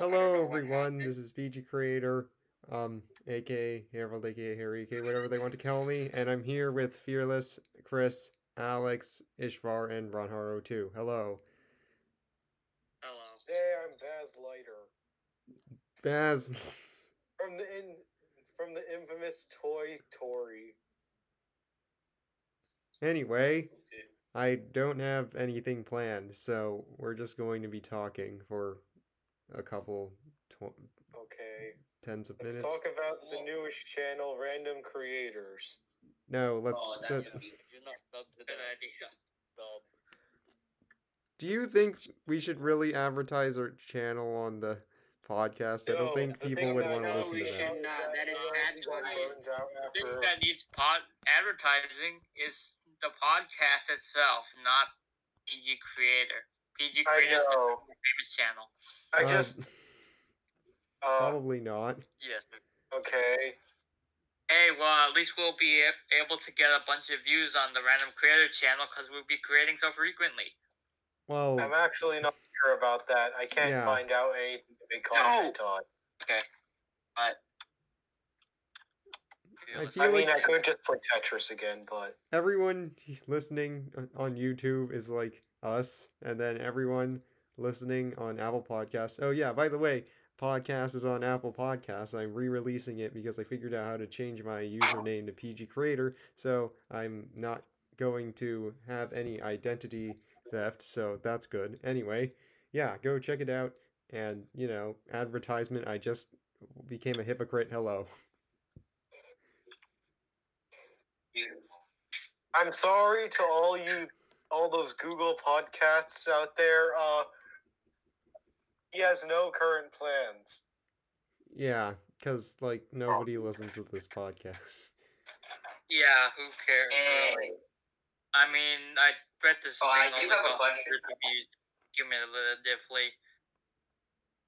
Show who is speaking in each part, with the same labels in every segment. Speaker 1: everyone. This is PG Creator, um, aka Harold, aka Harry, aka whatever they want to call me. And I'm here with Fearless, Chris, Alex, Ishvar, and Ronharo too. Hello.
Speaker 2: Hello.
Speaker 3: Hey, I'm Baz Lighter
Speaker 1: Baz.
Speaker 3: from the in from the infamous Toy Tory.
Speaker 1: anyway, I don't have anything planned, so we're just going to be talking for a couple tw-
Speaker 3: Okay,
Speaker 1: tens of
Speaker 3: let's
Speaker 1: minutes.
Speaker 3: talk about the newest channel, Random Creators.
Speaker 1: No, let's.
Speaker 2: Oh,
Speaker 1: let-
Speaker 2: that's gonna be
Speaker 4: You're not subbed to
Speaker 2: a good
Speaker 4: that
Speaker 2: idea.
Speaker 4: sub.
Speaker 1: Do you think we should really advertise our channel on the podcast? I
Speaker 3: No,
Speaker 1: don't think
Speaker 3: the
Speaker 1: people
Speaker 3: thing
Speaker 1: would
Speaker 3: about
Speaker 1: want to
Speaker 3: it- oh,
Speaker 1: listen
Speaker 2: we
Speaker 1: to that.
Speaker 2: should- not. That is ad
Speaker 3: Burned out
Speaker 2: The thing
Speaker 3: after-
Speaker 2: that needs pod advertising is the podcast itself, not PG Creator. PG
Speaker 3: I
Speaker 2: Creator is the
Speaker 3: know.
Speaker 2: famous channel.
Speaker 3: I
Speaker 1: Uh, oh.
Speaker 3: just uh,
Speaker 1: probably not.
Speaker 4: Yes.
Speaker 3: okay.
Speaker 2: Hey, well, at least we'll be a- able to get a bunch of views on the Random Creator channel because we'll be creating so frequently.
Speaker 1: Well,
Speaker 3: I'm actually not sure about that. I can't
Speaker 1: Oh. Yeah.
Speaker 3: find out anything to make comment on.
Speaker 1: I
Speaker 3: I
Speaker 1: feel
Speaker 3: mean,
Speaker 1: like
Speaker 3: I could just play Tetris again, but
Speaker 1: everyone listening on YouTube is like us, and then everyone listening on Apple Podcasts. Oh yeah, by the way, podcast is on Apple Podcasts. I'm re-releasing it because I figured out how to change my username to PG Creator, so I'm not going to have any identity theft. So that's good. Anyway, yeah, go check it out. And you know, advertisement. I just became a hypocrite. Hello.
Speaker 3: I'm sorry to all you, all those Google podcasts out there. Uh, he has no current plans.
Speaker 1: Yeah, because like nobody listens to this podcast.
Speaker 2: Yeah, who cares?
Speaker 4: Hey.
Speaker 2: I mean, I bet this
Speaker 4: Eh. Oh, I
Speaker 2: thing
Speaker 4: do
Speaker 2: only
Speaker 4: have a
Speaker 2: got
Speaker 4: question.
Speaker 2: 100 views cumulatively.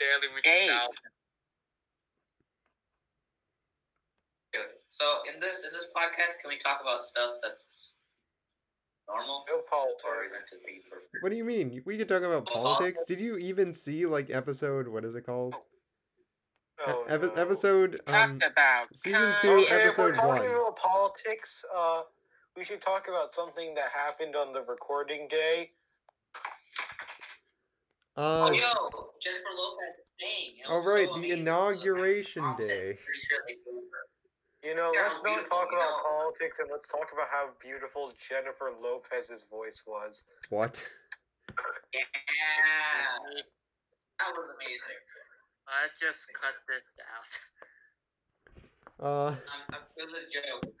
Speaker 2: Barely reached
Speaker 4: Hey.
Speaker 2: out.
Speaker 4: So in this in this podcast, can we talk about stuff that's normal
Speaker 3: No
Speaker 4: or is
Speaker 3: politics.
Speaker 4: it to be for?
Speaker 1: What do you mean? We could talk about
Speaker 4: Oh, uh,
Speaker 1: politics. Did you even see like episode? What is it called? E-
Speaker 3: Oh,
Speaker 1: epi-
Speaker 3: no.
Speaker 1: Episode um
Speaker 2: about
Speaker 1: season two,
Speaker 3: Okay, if we're
Speaker 1: episode
Speaker 3: talking
Speaker 1: one.
Speaker 3: about politics, uh, we should talk about something that happened on the recording day.
Speaker 4: Oh,
Speaker 1: Uh,
Speaker 4: yo, Jennifer Lopez thing. It
Speaker 1: all
Speaker 4: was
Speaker 1: right,
Speaker 4: so
Speaker 1: the
Speaker 4: amazing.
Speaker 1: inauguration
Speaker 4: I'm saying
Speaker 1: day.
Speaker 4: Pretty sure they blew her.
Speaker 3: You know,
Speaker 4: Yeah,
Speaker 3: let's not
Speaker 4: beautiful,
Speaker 3: talk
Speaker 4: you
Speaker 3: about
Speaker 4: know.
Speaker 3: politics and let's talk about how beautiful Jennifer Lopez's voice was.
Speaker 1: What?
Speaker 4: Yeah, that was amazing.
Speaker 2: Let's just cut this out.
Speaker 1: Uh,
Speaker 4: I'm, I'm, Um, it was a joke.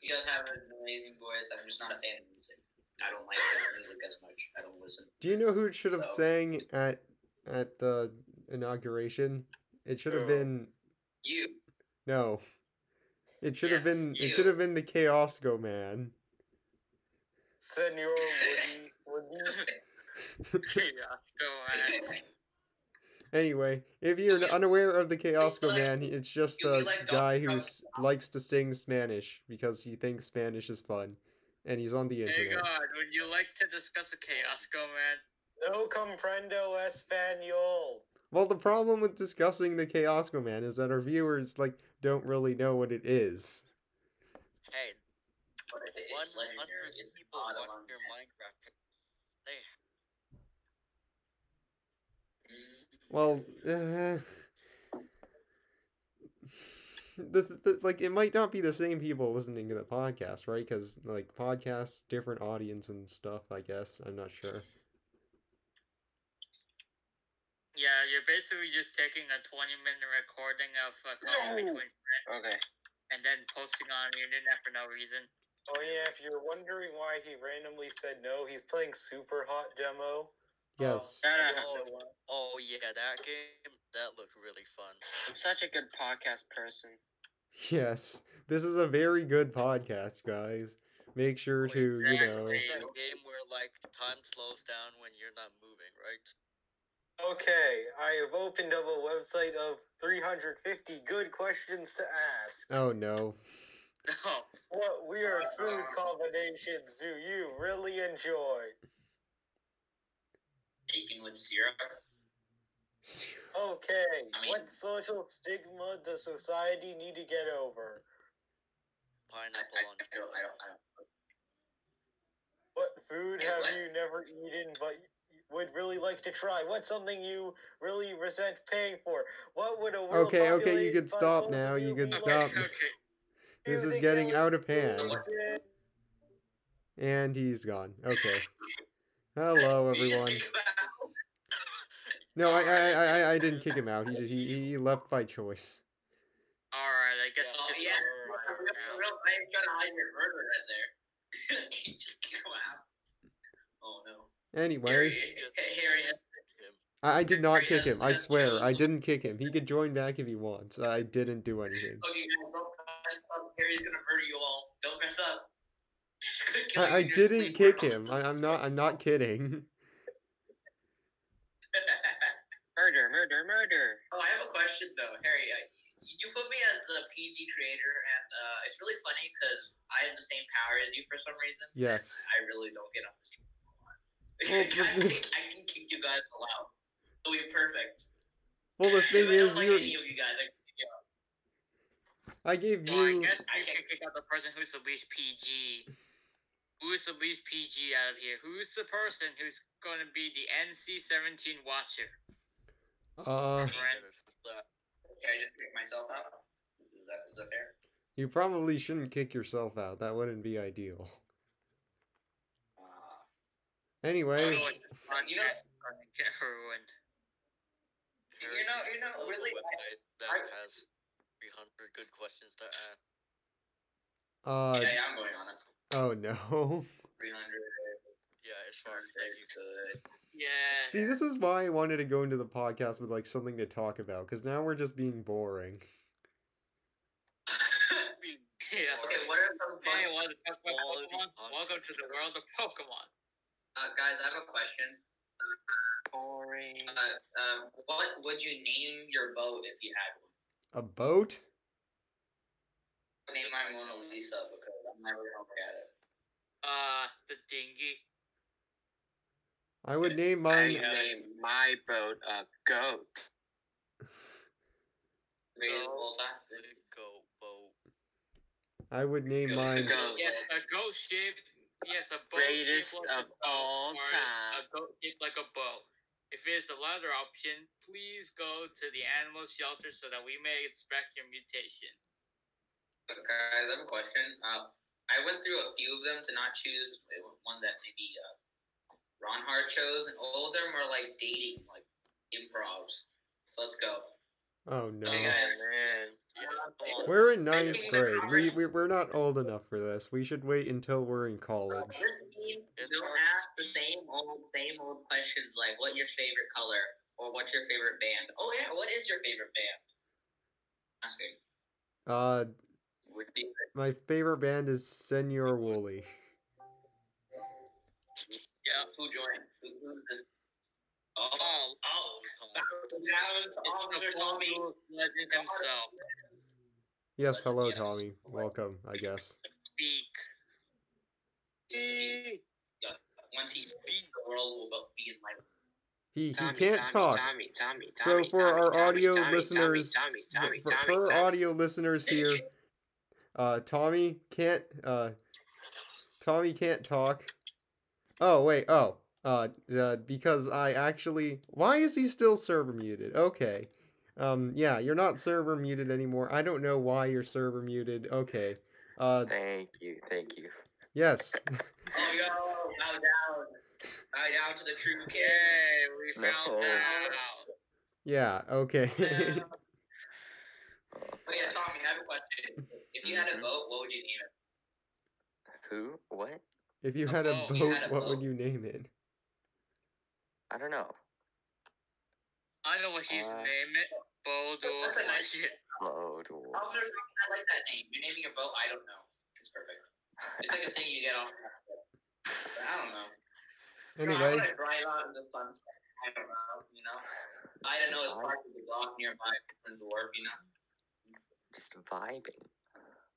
Speaker 4: You guys have an amazing voice. I'm just not a fan of music. I don't like that music as much. I don't listen.
Speaker 1: do you know who should have
Speaker 4: So-
Speaker 1: sang at at the inauguration? It should have
Speaker 3: Who?
Speaker 1: been
Speaker 4: You.
Speaker 1: no. It should have
Speaker 2: Yes,
Speaker 1: been. It
Speaker 4: you.
Speaker 1: should have been the Chaosco man.
Speaker 3: Senor Woody, Woody.
Speaker 2: yeah, go on.
Speaker 1: Anyway, if you're
Speaker 4: You'll be-
Speaker 1: unaware of the Chaosco
Speaker 4: like-
Speaker 1: Man, it's just
Speaker 4: you'll be
Speaker 1: a
Speaker 4: like "Oh, Donald
Speaker 1: guy who
Speaker 4: Trump.
Speaker 1: s- likes to sing Spanish because he thinks Spanish is fun, and he's on the
Speaker 2: Hey
Speaker 1: internet.
Speaker 2: God, would you like to discuss a Chaosco man?
Speaker 3: No comprendo español.
Speaker 1: Well, the problem with discussing the Chaosco Man is that our viewers like don't really know what it is.
Speaker 5: Hey,
Speaker 4: But it is
Speaker 5: 100
Speaker 4: legendary. It's
Speaker 5: people
Speaker 4: not
Speaker 5: watch
Speaker 4: among
Speaker 5: your
Speaker 4: men.
Speaker 5: Minecraft. They
Speaker 1: Well, uh, the, the, like it might not be the same people listening to the podcast, right? Because like podcasts, different audience and stuff. I guess I'm not sure.
Speaker 2: Yeah, you're basically just taking a 20 minute recording of a call
Speaker 5: No.
Speaker 2: between friends
Speaker 5: okay.
Speaker 2: and then posting on the internet for no reason.
Speaker 3: Oh yeah, if you're wondering why he randomly said no, he's playing Super Hot Demo. Um,
Speaker 4: Oh,
Speaker 1: Yes.
Speaker 2: No, no, no.
Speaker 3: I don't know why.
Speaker 5: Oh yeah, that game that looked really fun.
Speaker 2: I'm such a good podcast person.
Speaker 1: Yes, this is a very good podcast, guys. Make sure to, you know,
Speaker 2: Exactly.
Speaker 5: That game where like time slows down when you're not moving, right?
Speaker 3: Okay, I have opened up a website of 350 good questions to ask.
Speaker 1: oh no.
Speaker 2: No.
Speaker 3: What weird food combinations do you really enjoy?
Speaker 4: Bacon with syrup.
Speaker 3: Okay,
Speaker 4: I mean-
Speaker 3: what social stigma does society need to get over?
Speaker 5: Pineapple
Speaker 4: I,
Speaker 5: on
Speaker 4: I don't, I don't, I don't.
Speaker 3: What food
Speaker 4: Hey,
Speaker 3: have
Speaker 4: what?
Speaker 3: you never eaten but you would really like to try? What's something you really resent paying for? What would a world
Speaker 1: Okay, okay, you
Speaker 3: populated
Speaker 1: can
Speaker 3: by
Speaker 1: stop
Speaker 3: both
Speaker 1: now,
Speaker 3: of
Speaker 1: you can
Speaker 3: be
Speaker 1: stop.
Speaker 3: like?
Speaker 2: Okay.
Speaker 1: This
Speaker 3: Do
Speaker 1: is
Speaker 3: they
Speaker 1: getting
Speaker 3: kill
Speaker 1: out of
Speaker 3: you?
Speaker 1: hand.
Speaker 3: Is it-
Speaker 1: And he's gone. Okay. Hello,
Speaker 4: You just
Speaker 1: everyone.
Speaker 4: kick him out.
Speaker 1: No, I, I, I, I- I didn't kick him out. He, he, he left by choice.
Speaker 2: All right. I guess.
Speaker 5: Oh,
Speaker 2: it's
Speaker 4: yeah.
Speaker 2: over
Speaker 4: For real, for real, I ain't gonna hide your murder right there. you just kick him out. Oh no.
Speaker 1: Anyway,
Speaker 4: Harry, Harry has
Speaker 5: him.
Speaker 1: I, I did not kick him. I swear, I didn't kick him. He could join back if he wants. I didn't do anything.
Speaker 4: Okay, guys, don't mess up. Harry's gonna murder you all. Don't mess up. He's gonna kill you
Speaker 1: I, I
Speaker 4: in your
Speaker 1: didn't
Speaker 4: sleep.
Speaker 1: kick him. I, I'm not. I'm not kidding.
Speaker 6: Murder, murder, murder.
Speaker 4: oh, I have a question though, Harry. I, you put me as the PG creator, and uh, it's really funny because I have the same power as you for some reason.
Speaker 1: Yes.
Speaker 4: I really don't get on this channel a lot.
Speaker 1: Well, but
Speaker 4: I,
Speaker 1: this-
Speaker 4: can, I can kick you guys all out. It'll be perfect.
Speaker 1: Well, the thing
Speaker 4: If I don't
Speaker 1: is,
Speaker 4: like any
Speaker 1: you.
Speaker 4: of you guys. I,
Speaker 1: I gave
Speaker 2: Well, I
Speaker 1: you.
Speaker 2: guess I can kick out the person who's the least PG. Who's the least PG out of here? Who's the person who's going to be the NC-17 watcher?
Speaker 1: Uh,
Speaker 2: Brent?
Speaker 4: can I just kick myself out? Is that, is that fair?
Speaker 1: you probably shouldn't kick yourself out. That wouldn't be ideal.
Speaker 4: Uh,
Speaker 1: Anyway,
Speaker 4: mean, Uh, you know-
Speaker 2: Podcast gonna get ruined.
Speaker 4: you know, you know, really, I-
Speaker 5: website that
Speaker 4: I-
Speaker 5: has 300 good questions to ask.
Speaker 1: uh,
Speaker 4: yeah, yeah, I'm going on it.
Speaker 1: oh no.
Speaker 4: 300.
Speaker 5: Yeah, as far as like you could.
Speaker 2: Yeah.
Speaker 1: See, this is why I wanted to go into the podcast with like something to talk about, because now we're just being boring.
Speaker 2: Yeah.
Speaker 4: Okay, what are some
Speaker 2: Hey,
Speaker 4: funny
Speaker 2: welcome,
Speaker 5: Quality
Speaker 2: Pokemon.
Speaker 5: content.
Speaker 2: welcome to the world of Pokemon.
Speaker 4: Uh, guys, I have a question.
Speaker 6: Boring.
Speaker 4: Uh, um, what would you name your boat if you had
Speaker 1: A
Speaker 4: one?
Speaker 1: boat?
Speaker 4: Name my Mona Lisa because I'm never gonna look at it.
Speaker 2: Uh, the dinghy.
Speaker 1: I would name
Speaker 6: I
Speaker 1: mine.
Speaker 6: name my boat a goat.
Speaker 4: Read it the whole time.
Speaker 5: Go boat.
Speaker 1: I would name mine.
Speaker 6: Goat.
Speaker 2: Yes, a ghost shape. Yes, a boat shaped
Speaker 6: Greatest
Speaker 2: like a
Speaker 6: of
Speaker 2: boat,
Speaker 6: all
Speaker 2: or A
Speaker 6: time.
Speaker 2: goat shaped like a bow. If it is the latter option, please go to the animal shelter so that we may expect your mutation.
Speaker 4: But guys, I have a question. Uh, I went through a few of them to not choose one that maybe uh, Ron Hart chose, and all of them are like dating, like improvs. So let's go.
Speaker 1: Oh no.
Speaker 4: Hey, guys.
Speaker 6: man.
Speaker 1: We're in ninth
Speaker 4: Making the
Speaker 1: grade. We,
Speaker 4: conversation-
Speaker 1: we we're not old enough for this. We should wait until we're in college.
Speaker 4: This means
Speaker 5: It's
Speaker 4: don't
Speaker 5: hard.
Speaker 4: ask the same old, same old questions like "What's your favorite color?" or "What's your favorite band?" Oh yeah, what is your favorite band? Ask me.
Speaker 1: Uh,
Speaker 4: Would be
Speaker 1: my favorite band is Senor Wooly.
Speaker 4: yeah. Who joined? Who, who did this? Oh,
Speaker 2: Oh,
Speaker 4: oh,
Speaker 5: Tom.
Speaker 4: that was Officer
Speaker 2: it's the
Speaker 4: Tommy.
Speaker 2: Bald legend himself.
Speaker 1: Yes, hello,
Speaker 4: Yes.
Speaker 1: Tommy. Welcome, I guess.
Speaker 2: Speak.
Speaker 4: Once he speaks, the world will bo- be enlightened.
Speaker 1: He he
Speaker 6: Tommy,
Speaker 1: can't
Speaker 6: Tommy,
Speaker 1: talk.
Speaker 6: Tommy, Tommy,
Speaker 1: So
Speaker 6: Tommy,
Speaker 1: for
Speaker 6: Tommy,
Speaker 1: our
Speaker 6: Tommy,
Speaker 1: audio
Speaker 6: Tommy, Tommy,
Speaker 1: listeners,
Speaker 6: Tommy, Tommy,
Speaker 1: for,
Speaker 6: Tommy,
Speaker 1: for
Speaker 6: Tommy.
Speaker 1: audio listeners here, uh, Tommy can't uh, Tommy can't talk. Oh wait, oh, uh, uh, because I actually, why is he still server muted? Okay, um, yeah, you're not server muted anymore. I don't know why you're server muted. Okay, uh,
Speaker 6: Thank you, thank you.
Speaker 1: yes,
Speaker 4: Oh yo, bow down, bow down to the true
Speaker 2: Yay, we
Speaker 4: king.
Speaker 6: No.
Speaker 2: found out.
Speaker 1: yeah, okay.
Speaker 6: Uh,
Speaker 4: Wait, Oh, yeah, Tommy, I have a question. If you had a
Speaker 6: Mhm.
Speaker 4: boat, what would you name it?
Speaker 6: Who? What?
Speaker 1: if you
Speaker 2: A
Speaker 1: had a
Speaker 2: boat,
Speaker 1: boat,
Speaker 2: we
Speaker 4: had a
Speaker 1: what would
Speaker 4: boat.
Speaker 1: you name it?
Speaker 6: I don't know.
Speaker 2: I know what he's
Speaker 6: Uh,
Speaker 2: name it. Baldur's
Speaker 4: That's a nice-
Speaker 2: legend.
Speaker 6: Load. or-
Speaker 4: Officer Tommy, I like that name. You're naming your boat. I don't know. It's perfect. It's like a thing you get off. I don't know. No, I
Speaker 1: Anyway,
Speaker 4: want to drive out in the sunset. I don't know, you know? I don't know, it's part of the block nearby friends warp, you know?
Speaker 6: Just vibing.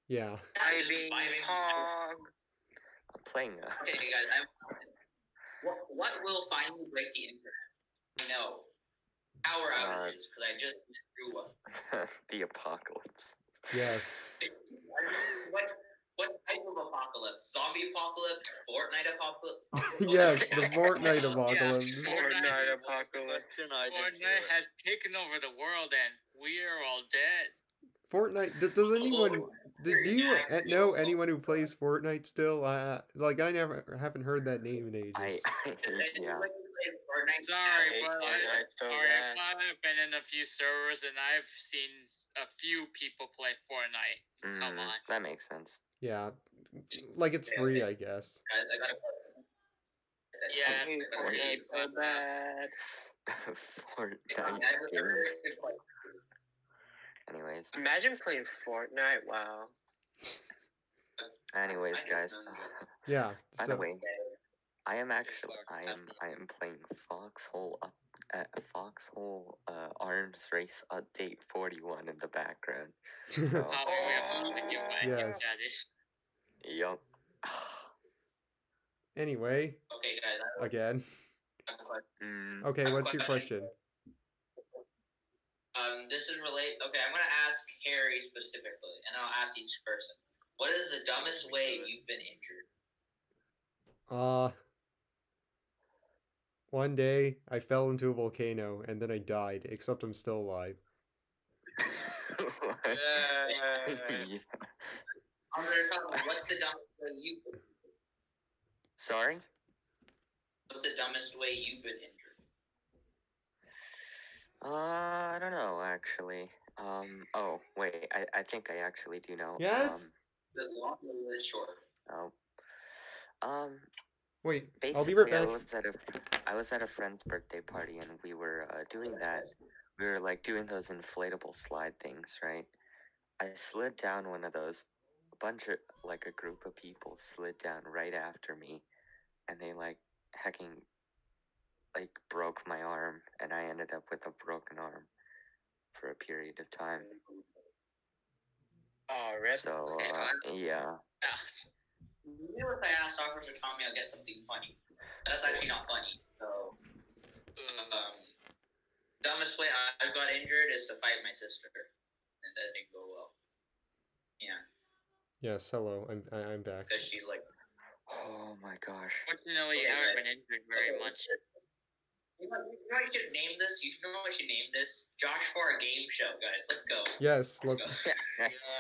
Speaker 1: yeah.
Speaker 4: I just vibing.
Speaker 6: I'm playing uh, a.
Speaker 4: Okay, guys, I'm, what, what will finally break the internet? I know. power
Speaker 6: Uh,
Speaker 4: outages because I just went through one.
Speaker 6: the apocalypse.
Speaker 1: Yes.
Speaker 4: What what type of apocalypse? Zombie apocalypse? Fortnite apocalypse?
Speaker 1: yes, the Fortnite
Speaker 4: Yeah.
Speaker 1: apocalypse.
Speaker 2: Fortnite
Speaker 5: apocalypse. I didn't hear
Speaker 2: Fortnite
Speaker 5: it.
Speaker 2: has taken over the world and we're all dead.
Speaker 1: Fortnite. d- Does anyone?
Speaker 6: Oh,
Speaker 1: Do, do you
Speaker 4: Yeah.
Speaker 1: a- know anyone who plays Fortnite still? I like I never haven't heard that name in
Speaker 6: I,
Speaker 1: ages.
Speaker 6: I
Speaker 4: Does
Speaker 6: hate, yeah.
Speaker 4: anyone play Fortnite?
Speaker 2: Sorry,
Speaker 4: Yeah,
Speaker 2: but
Speaker 4: I-
Speaker 2: I,
Speaker 4: I-
Speaker 5: Fortnite so
Speaker 2: sorry,
Speaker 5: bad.
Speaker 2: but I've been in a few servers and I've seen s- a few people play Fortnite. Come
Speaker 6: Mm,
Speaker 2: on.
Speaker 6: That makes sense.
Speaker 1: Yeah, like it's free, I guess.
Speaker 4: Guys, I got a
Speaker 2: Yeah,
Speaker 4: I
Speaker 2: Fortnite
Speaker 4: got a- I
Speaker 2: so
Speaker 4: got a-
Speaker 5: bad.
Speaker 6: Fortnite
Speaker 4: I was
Speaker 6: game.
Speaker 4: never- it's like-
Speaker 6: Anyways,
Speaker 5: Imagine playing Fortnite. Wow.
Speaker 6: anyways,
Speaker 4: I don't
Speaker 6: guys.
Speaker 4: know.
Speaker 1: Yeah.
Speaker 6: By the
Speaker 1: So
Speaker 6: way, I am actually
Speaker 5: fuck
Speaker 6: I
Speaker 5: that
Speaker 6: am I am playing Foxhole up uh, Foxhole uh, Arms Race Update 41 in the background. So,
Speaker 2: Oh, we're moving you back
Speaker 1: Yes.
Speaker 2: that is.
Speaker 6: yup.
Speaker 1: anyway,
Speaker 4: Okay, guys, I
Speaker 1: again.
Speaker 4: have a question.
Speaker 6: Mm,
Speaker 1: Okay,
Speaker 4: Uh,
Speaker 1: what's your
Speaker 4: question.
Speaker 1: question?
Speaker 4: Um, this is relate. Okay, I'm gonna ask Harry specifically, and I'll ask each person. What is the dumbest way you've been injured?
Speaker 1: Uh one day I fell into a volcano and then I died, except I'm still alive.
Speaker 6: what?
Speaker 5: Yeah.
Speaker 6: Yeah.
Speaker 4: I'm gonna tell them, What's the dumbest way you?
Speaker 6: Sorry?
Speaker 4: What's the dumbest way you've been injured?
Speaker 6: Uh, I don't know actually. Um. Oh wait, I, I think I actually do know.
Speaker 1: Yes?
Speaker 6: Um,
Speaker 4: The long or the short?
Speaker 6: oh. Um.
Speaker 1: Wait,
Speaker 6: Basically,
Speaker 1: I'll be right
Speaker 6: I
Speaker 1: back.
Speaker 6: was at a I was at a friend's birthday party and we were uh, doing that. We were like doing those inflatable slide things, right? I slid down one of those. A bunch of like a group of people slid down right after me, and they like hecking like broke my arm, and I ended up with a broken arm for a period of time.
Speaker 5: Oh, rip.
Speaker 6: So
Speaker 4: okay,
Speaker 6: uh, yeah,
Speaker 4: You know, if I ask Officer Tommy, I'll get something funny. That's actually not funny. So, um, dumbest way I- I've got injured is to fight my sister, and that didn't go well. Yeah,
Speaker 1: Yes, hello. I'm I- I'm back.
Speaker 4: because she's like.
Speaker 6: oh my gosh.
Speaker 2: Fortunately,
Speaker 4: Okay,
Speaker 2: I haven't
Speaker 4: guys.
Speaker 2: been injured very
Speaker 4: Okay.
Speaker 2: much.
Speaker 4: You know, you know what you should name this? You know what you should name this? Josh for a game show, guys. Let's go.
Speaker 1: Yes,
Speaker 4: Let's
Speaker 1: look,
Speaker 4: go.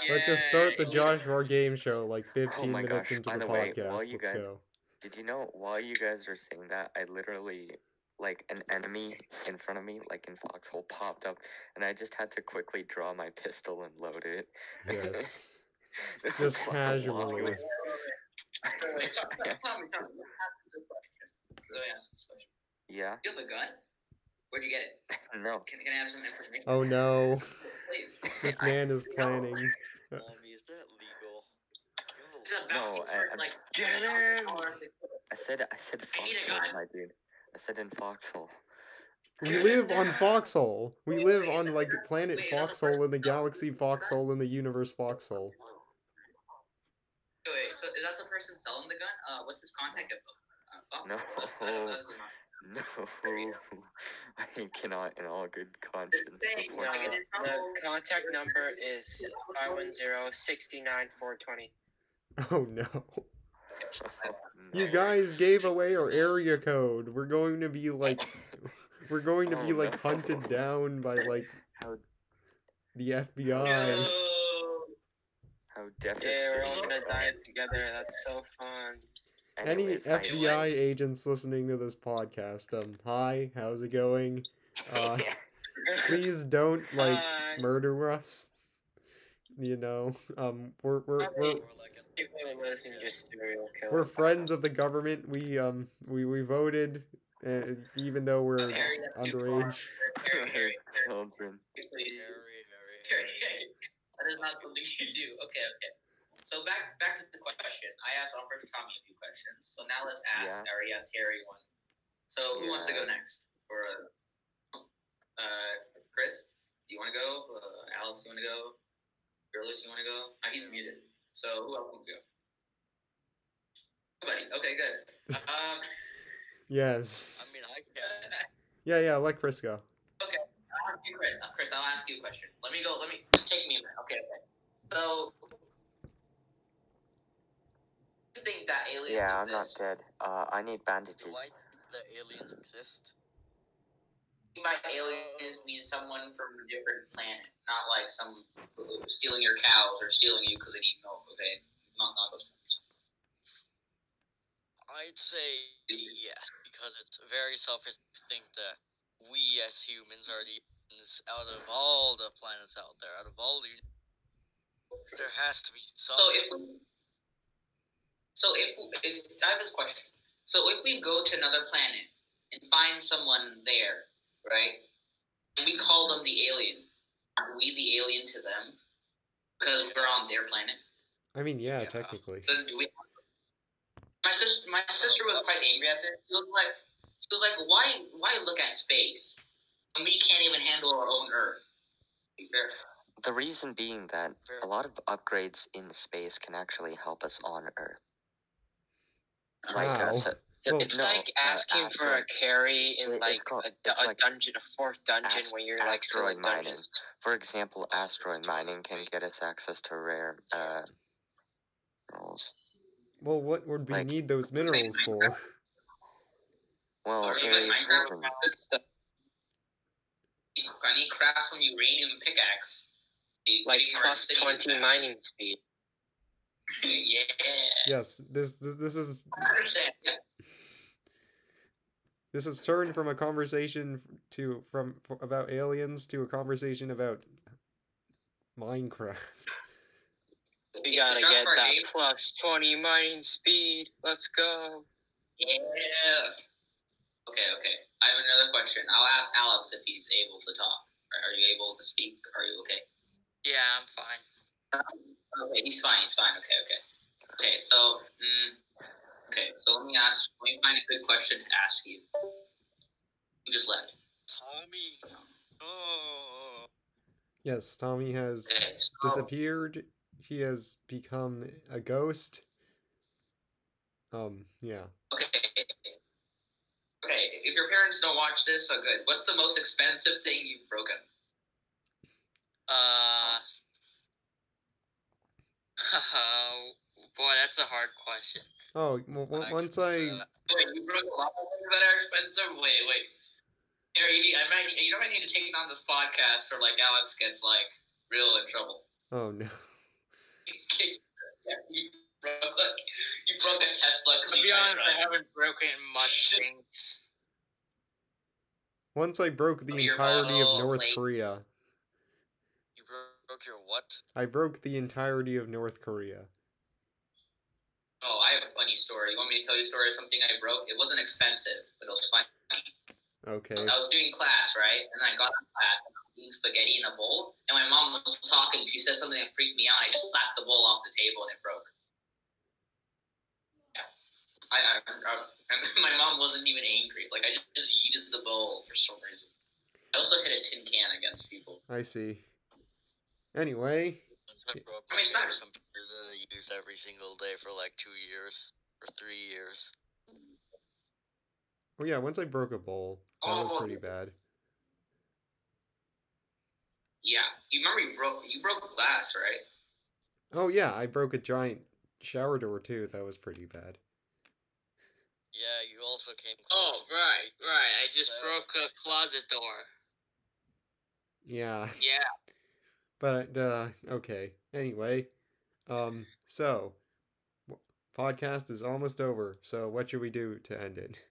Speaker 1: let's just start the
Speaker 2: Yay.
Speaker 1: Josh War game show like 15
Speaker 6: Oh my
Speaker 1: minutes
Speaker 6: gosh,
Speaker 1: into
Speaker 6: by
Speaker 1: the
Speaker 6: the way,
Speaker 1: podcast.
Speaker 6: while
Speaker 1: Let's
Speaker 6: you guys-
Speaker 1: go.
Speaker 6: Did you know while you guys were saying that, I literally like an enemy in front of me, like in foxhole, popped up, and I just had to quickly draw my pistol and load it.
Speaker 1: Yes.
Speaker 6: It was
Speaker 1: Just
Speaker 6: like a long
Speaker 1: casually.
Speaker 6: way-
Speaker 4: Wait, Tom- Tommy, Tommy, what happened to the question? Let me ask this question.
Speaker 6: Yeah.
Speaker 4: You have a gun? Where'd you get it?
Speaker 6: No.
Speaker 4: Can, can I have some information?
Speaker 1: Oh no.
Speaker 4: Please.
Speaker 1: This
Speaker 6: I-
Speaker 1: man is
Speaker 4: no.
Speaker 1: planning.
Speaker 5: Mommy, is that legal?
Speaker 4: It's a bounty
Speaker 6: No, I-
Speaker 4: for,
Speaker 6: I'm-
Speaker 4: like,
Speaker 5: Get
Speaker 4: $10.
Speaker 6: I said. I said
Speaker 4: I need a
Speaker 6: foxhole,
Speaker 4: gun.
Speaker 6: my dude. I said in foxhole.
Speaker 1: We live on Foxhole. We
Speaker 4: Wait,
Speaker 1: live
Speaker 4: wait,
Speaker 1: on
Speaker 4: is
Speaker 1: like the
Speaker 4: that-
Speaker 1: planet
Speaker 4: wait, is that the
Speaker 1: Foxhole
Speaker 4: first-
Speaker 1: and the
Speaker 4: no,
Speaker 1: galaxy
Speaker 4: is that the first-
Speaker 1: Foxhole and the universe Foxhole.
Speaker 4: Wait, so is that the person selling the gun? Uh, what's his contact info? Uh, fuck.
Speaker 6: No.
Speaker 4: I don't- I don't know.
Speaker 6: No.
Speaker 4: you
Speaker 6: I cannot, in all good conscience,
Speaker 4: Just saying,
Speaker 6: support
Speaker 4: I get in trouble.
Speaker 5: The contact number is 510-69420.
Speaker 1: Oh no.
Speaker 6: that.
Speaker 1: You
Speaker 6: No.
Speaker 1: guys gave away our area code. We're going to be like we're going to be
Speaker 6: Oh,
Speaker 1: like
Speaker 6: no.
Speaker 1: hunted down by like
Speaker 6: How-
Speaker 1: the FBI.
Speaker 4: No.
Speaker 6: How
Speaker 5: Yeah, we're all
Speaker 6: devastating.
Speaker 5: gonna die together. That's so fun.
Speaker 1: Any
Speaker 6: Anyways, I-
Speaker 1: FBI agents listening to this podcast, um, hi, how's it going? Uh, please don't like
Speaker 5: Hi.
Speaker 1: murder us. You know, um, we're we're we're
Speaker 5: People that listen to serial killers.
Speaker 1: we're friends of the government. We um we we voted, uh, even though we're
Speaker 4: Harry, that's too far.
Speaker 1: underage.
Speaker 4: Harry, Harry, Harry,
Speaker 6: Children.
Speaker 4: please. Harry, that is not the least you do. Okay, okay. So back back to the question. I asked Alfred Tommy a few questions. So now let's ask, I
Speaker 6: Yeah.
Speaker 4: already asked Harry one. So who wants to go
Speaker 6: Yeah.
Speaker 4: next? Or uh, uh, Chris, do you want to go? Uh, Alex, do you want to go? Fearless, you want to go? Oh, he's muted. So who else wants to go? Nobody. Okay, good. Um,
Speaker 1: Yes.
Speaker 5: I
Speaker 1: Yeah, yeah. Let Chris go.
Speaker 4: you, Chris. Uh, Chris, I'll ask you a question. Let me go. Let me just take me a minute. Okay. okay. So, you think that aliens
Speaker 6: Yeah, I'm not
Speaker 4: exist?
Speaker 6: dead. Uh, I need
Speaker 5: Do
Speaker 6: bandages.
Speaker 5: I think that aliens exist?
Speaker 4: By aliens means someone from a different planet, not like some stealing your cows or stealing you because they need milk. Okay, not not those things.
Speaker 5: I'd say yes, because it's very selfish to think that we as humans are the aliens out of all the planets out there, out of all the there has to be some
Speaker 4: So if we, so if, if I have this question, so if we go to another planet and find someone there, right, and we call them the alien, are we the alien to them? Because we're on their planet.
Speaker 1: I mean, yeah,
Speaker 5: Yeah.
Speaker 1: technically.
Speaker 4: So do we? My sister, my sister was quite angry at this. She was like, she was like, why, why look at space when we can't even handle our own Earth? Be fair.
Speaker 6: The reason being that
Speaker 5: very
Speaker 6: a lot of upgrades in space can actually help us on Earth. Like, uh,
Speaker 1: Wow.
Speaker 6: so-
Speaker 1: Well,
Speaker 7: It's
Speaker 6: no,
Speaker 7: like
Speaker 6: uh,
Speaker 7: asking for a
Speaker 6: asteroid-
Speaker 7: carry
Speaker 6: Wait,
Speaker 7: in
Speaker 6: it's
Speaker 7: like
Speaker 6: called-
Speaker 7: a, du-
Speaker 6: it's
Speaker 7: a
Speaker 6: like
Speaker 7: dungeon, a fourth dungeon
Speaker 6: ast-
Speaker 7: where you're like still in
Speaker 6: asteroid mining.
Speaker 7: dungeons.
Speaker 6: For example, asteroid
Speaker 5: Asteroids
Speaker 6: mining can
Speaker 5: based-
Speaker 6: get us access to rare uh, minerals.
Speaker 1: Well, what would we
Speaker 6: Like-
Speaker 1: need those minerals for?
Speaker 6: Well,
Speaker 4: Or
Speaker 6: it
Speaker 4: even
Speaker 6: is
Speaker 4: Minecraft
Speaker 6: proven-
Speaker 4: crafted stuff. I need craft some uranium pickaxe. You
Speaker 7: Like
Speaker 4: dig around
Speaker 7: plus
Speaker 4: the city with
Speaker 7: twenty
Speaker 4: that.
Speaker 7: mining speed.
Speaker 4: yeah.
Speaker 1: Yes, this this, this is
Speaker 4: I understand. Yeah.
Speaker 1: this has turned from a conversation f- to from f- about aliens to a conversation about Minecraft.
Speaker 7: We gotta
Speaker 4: Just
Speaker 7: get
Speaker 4: for
Speaker 7: that
Speaker 4: game.
Speaker 7: plus twenty mining speed. Let's go.
Speaker 4: Yeah. Okay, okay. I have another question. I'll ask Alex if he's able to talk. Are- Are you able to speak? Are you okay?
Speaker 7: Yeah, I'm fine.
Speaker 4: Okay, he's fine. He's fine. Okay, okay. Okay, so, mm, okay, so let me ask, let me find a good question to ask you. You just left.
Speaker 5: Tommy. Oh,
Speaker 1: Yes, Tommy has
Speaker 4: Okay, so,
Speaker 1: disappeared. He has become a ghost. Um, yeah.
Speaker 4: okay. Okay, if your parents don't watch this, so good. What's the most expensive thing you've broken?
Speaker 7: Uh.
Speaker 2: oh,
Speaker 7: Boy, that's a hard question.
Speaker 1: Oh, well, on-
Speaker 5: I
Speaker 1: once
Speaker 5: could,
Speaker 1: I
Speaker 5: uh,
Speaker 4: Wait, you broke a lot of things that are expensive. Wait, wait. Here, you need, I might, you know, I need to take it on this podcast, or like Alex gets like real in trouble.
Speaker 1: oh no.
Speaker 4: you broke like you broke a Tesla because
Speaker 7: To
Speaker 4: you
Speaker 7: be
Speaker 4: tried
Speaker 7: honest,
Speaker 4: to
Speaker 7: I
Speaker 4: drive. it.
Speaker 7: haven't broken much things.
Speaker 1: Once I broke the
Speaker 7: Oh, your
Speaker 1: entirety of
Speaker 7: model,
Speaker 1: North
Speaker 7: like-
Speaker 1: Korea.
Speaker 5: you broke your what?
Speaker 1: I broke the entirety of North Korea.
Speaker 4: Oh, I have a funny story. You want me to tell you a story of something I broke? It wasn't expensive, but it was funny.
Speaker 1: Okay.
Speaker 4: I was doing class, right? And I got out of class and I'm eating spaghetti in a bowl. And my mom was talking. She said something that freaked me out. I just slapped the bowl off the table and it broke. Yeah. I, I, I, my mom wasn't even angry. Like, I just, just yeeted the bowl for some reason. I also hit a tin can against people.
Speaker 1: I see. Anyway,
Speaker 5: Once I broke
Speaker 4: I mean, it's
Speaker 5: my
Speaker 4: not-
Speaker 5: computer that I use every single day for like two years or three years.
Speaker 1: well, oh, yeah, once I broke a bowl, that was
Speaker 4: Oh.
Speaker 1: pretty bad.
Speaker 4: Yeah. You remember you broke, you broke glass, right?
Speaker 1: Oh, yeah, I broke a giant shower door too. That was pretty bad.
Speaker 5: Yeah, you also came
Speaker 7: Oh,
Speaker 5: close.
Speaker 7: right, right. I just
Speaker 5: So-
Speaker 7: broke a closet door.
Speaker 1: Yeah,
Speaker 7: Yeah.
Speaker 1: but uh, okay. Anyway, um, so w- podcast is almost over. So what should we do to end it?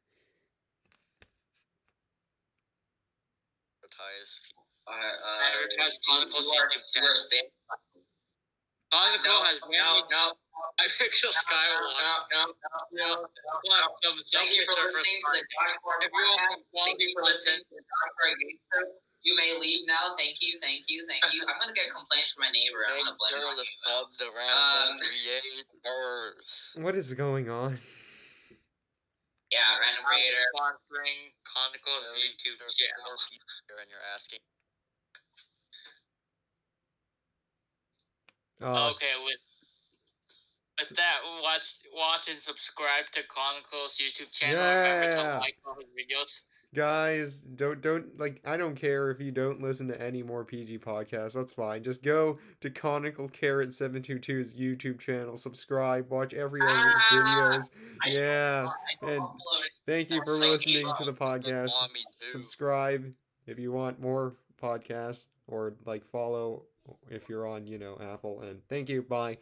Speaker 5: Advertise
Speaker 4: Uh, uh,
Speaker 7: Advertise political
Speaker 4: you are-
Speaker 7: change.
Speaker 4: you are spam-
Speaker 7: Colin
Speaker 4: No,
Speaker 7: McCall has many
Speaker 4: no, no,
Speaker 7: Rachel Skywalker.
Speaker 4: no, no, no,
Speaker 7: No,
Speaker 4: no,
Speaker 7: Plus
Speaker 4: no.
Speaker 7: some
Speaker 4: Thank you
Speaker 7: Subway
Speaker 4: for
Speaker 7: Surfer.
Speaker 4: listening to the Dodgeball
Speaker 7: Everyone
Speaker 4: Podcast.
Speaker 7: from
Speaker 4: Thank
Speaker 7: quality
Speaker 4: you for
Speaker 7: content.
Speaker 4: listening to the Dodgeball Game Show. You may leave now. Thank you, thank you, thank you. I'm gonna get complaints from my neighbor. I'm
Speaker 5: Big
Speaker 4: gonna blame it on
Speaker 5: girl of
Speaker 4: you.
Speaker 5: pubs around
Speaker 4: Um,
Speaker 5: create ours.
Speaker 1: What is going on?
Speaker 4: Yeah, random creator.
Speaker 7: Sponsoring Conical's
Speaker 5: There's-
Speaker 7: YouTube
Speaker 5: there's
Speaker 7: channel.
Speaker 5: four people here and you're asking.
Speaker 1: Uh,
Speaker 7: okay, with with that, watch, watch, and subscribe to Chronicles' YouTube channel. Remember
Speaker 1: Yeah.
Speaker 7: to like all his videos.
Speaker 1: guys don't don't like i don't care if you don't listen to any more pg podcasts that's fine just go to conical carrot 722's youtube channel subscribe watch every one of his
Speaker 5: Ah,
Speaker 1: videos
Speaker 4: I-
Speaker 1: yeah
Speaker 4: I
Speaker 1: and
Speaker 4: uploaded
Speaker 1: thank you
Speaker 5: That's
Speaker 1: for
Speaker 5: so
Speaker 1: listening
Speaker 5: evil.
Speaker 1: to the
Speaker 5: People
Speaker 1: podcast
Speaker 5: want me to.
Speaker 1: subscribe if you want more podcasts or like follow if you're on you know apple and thank you bye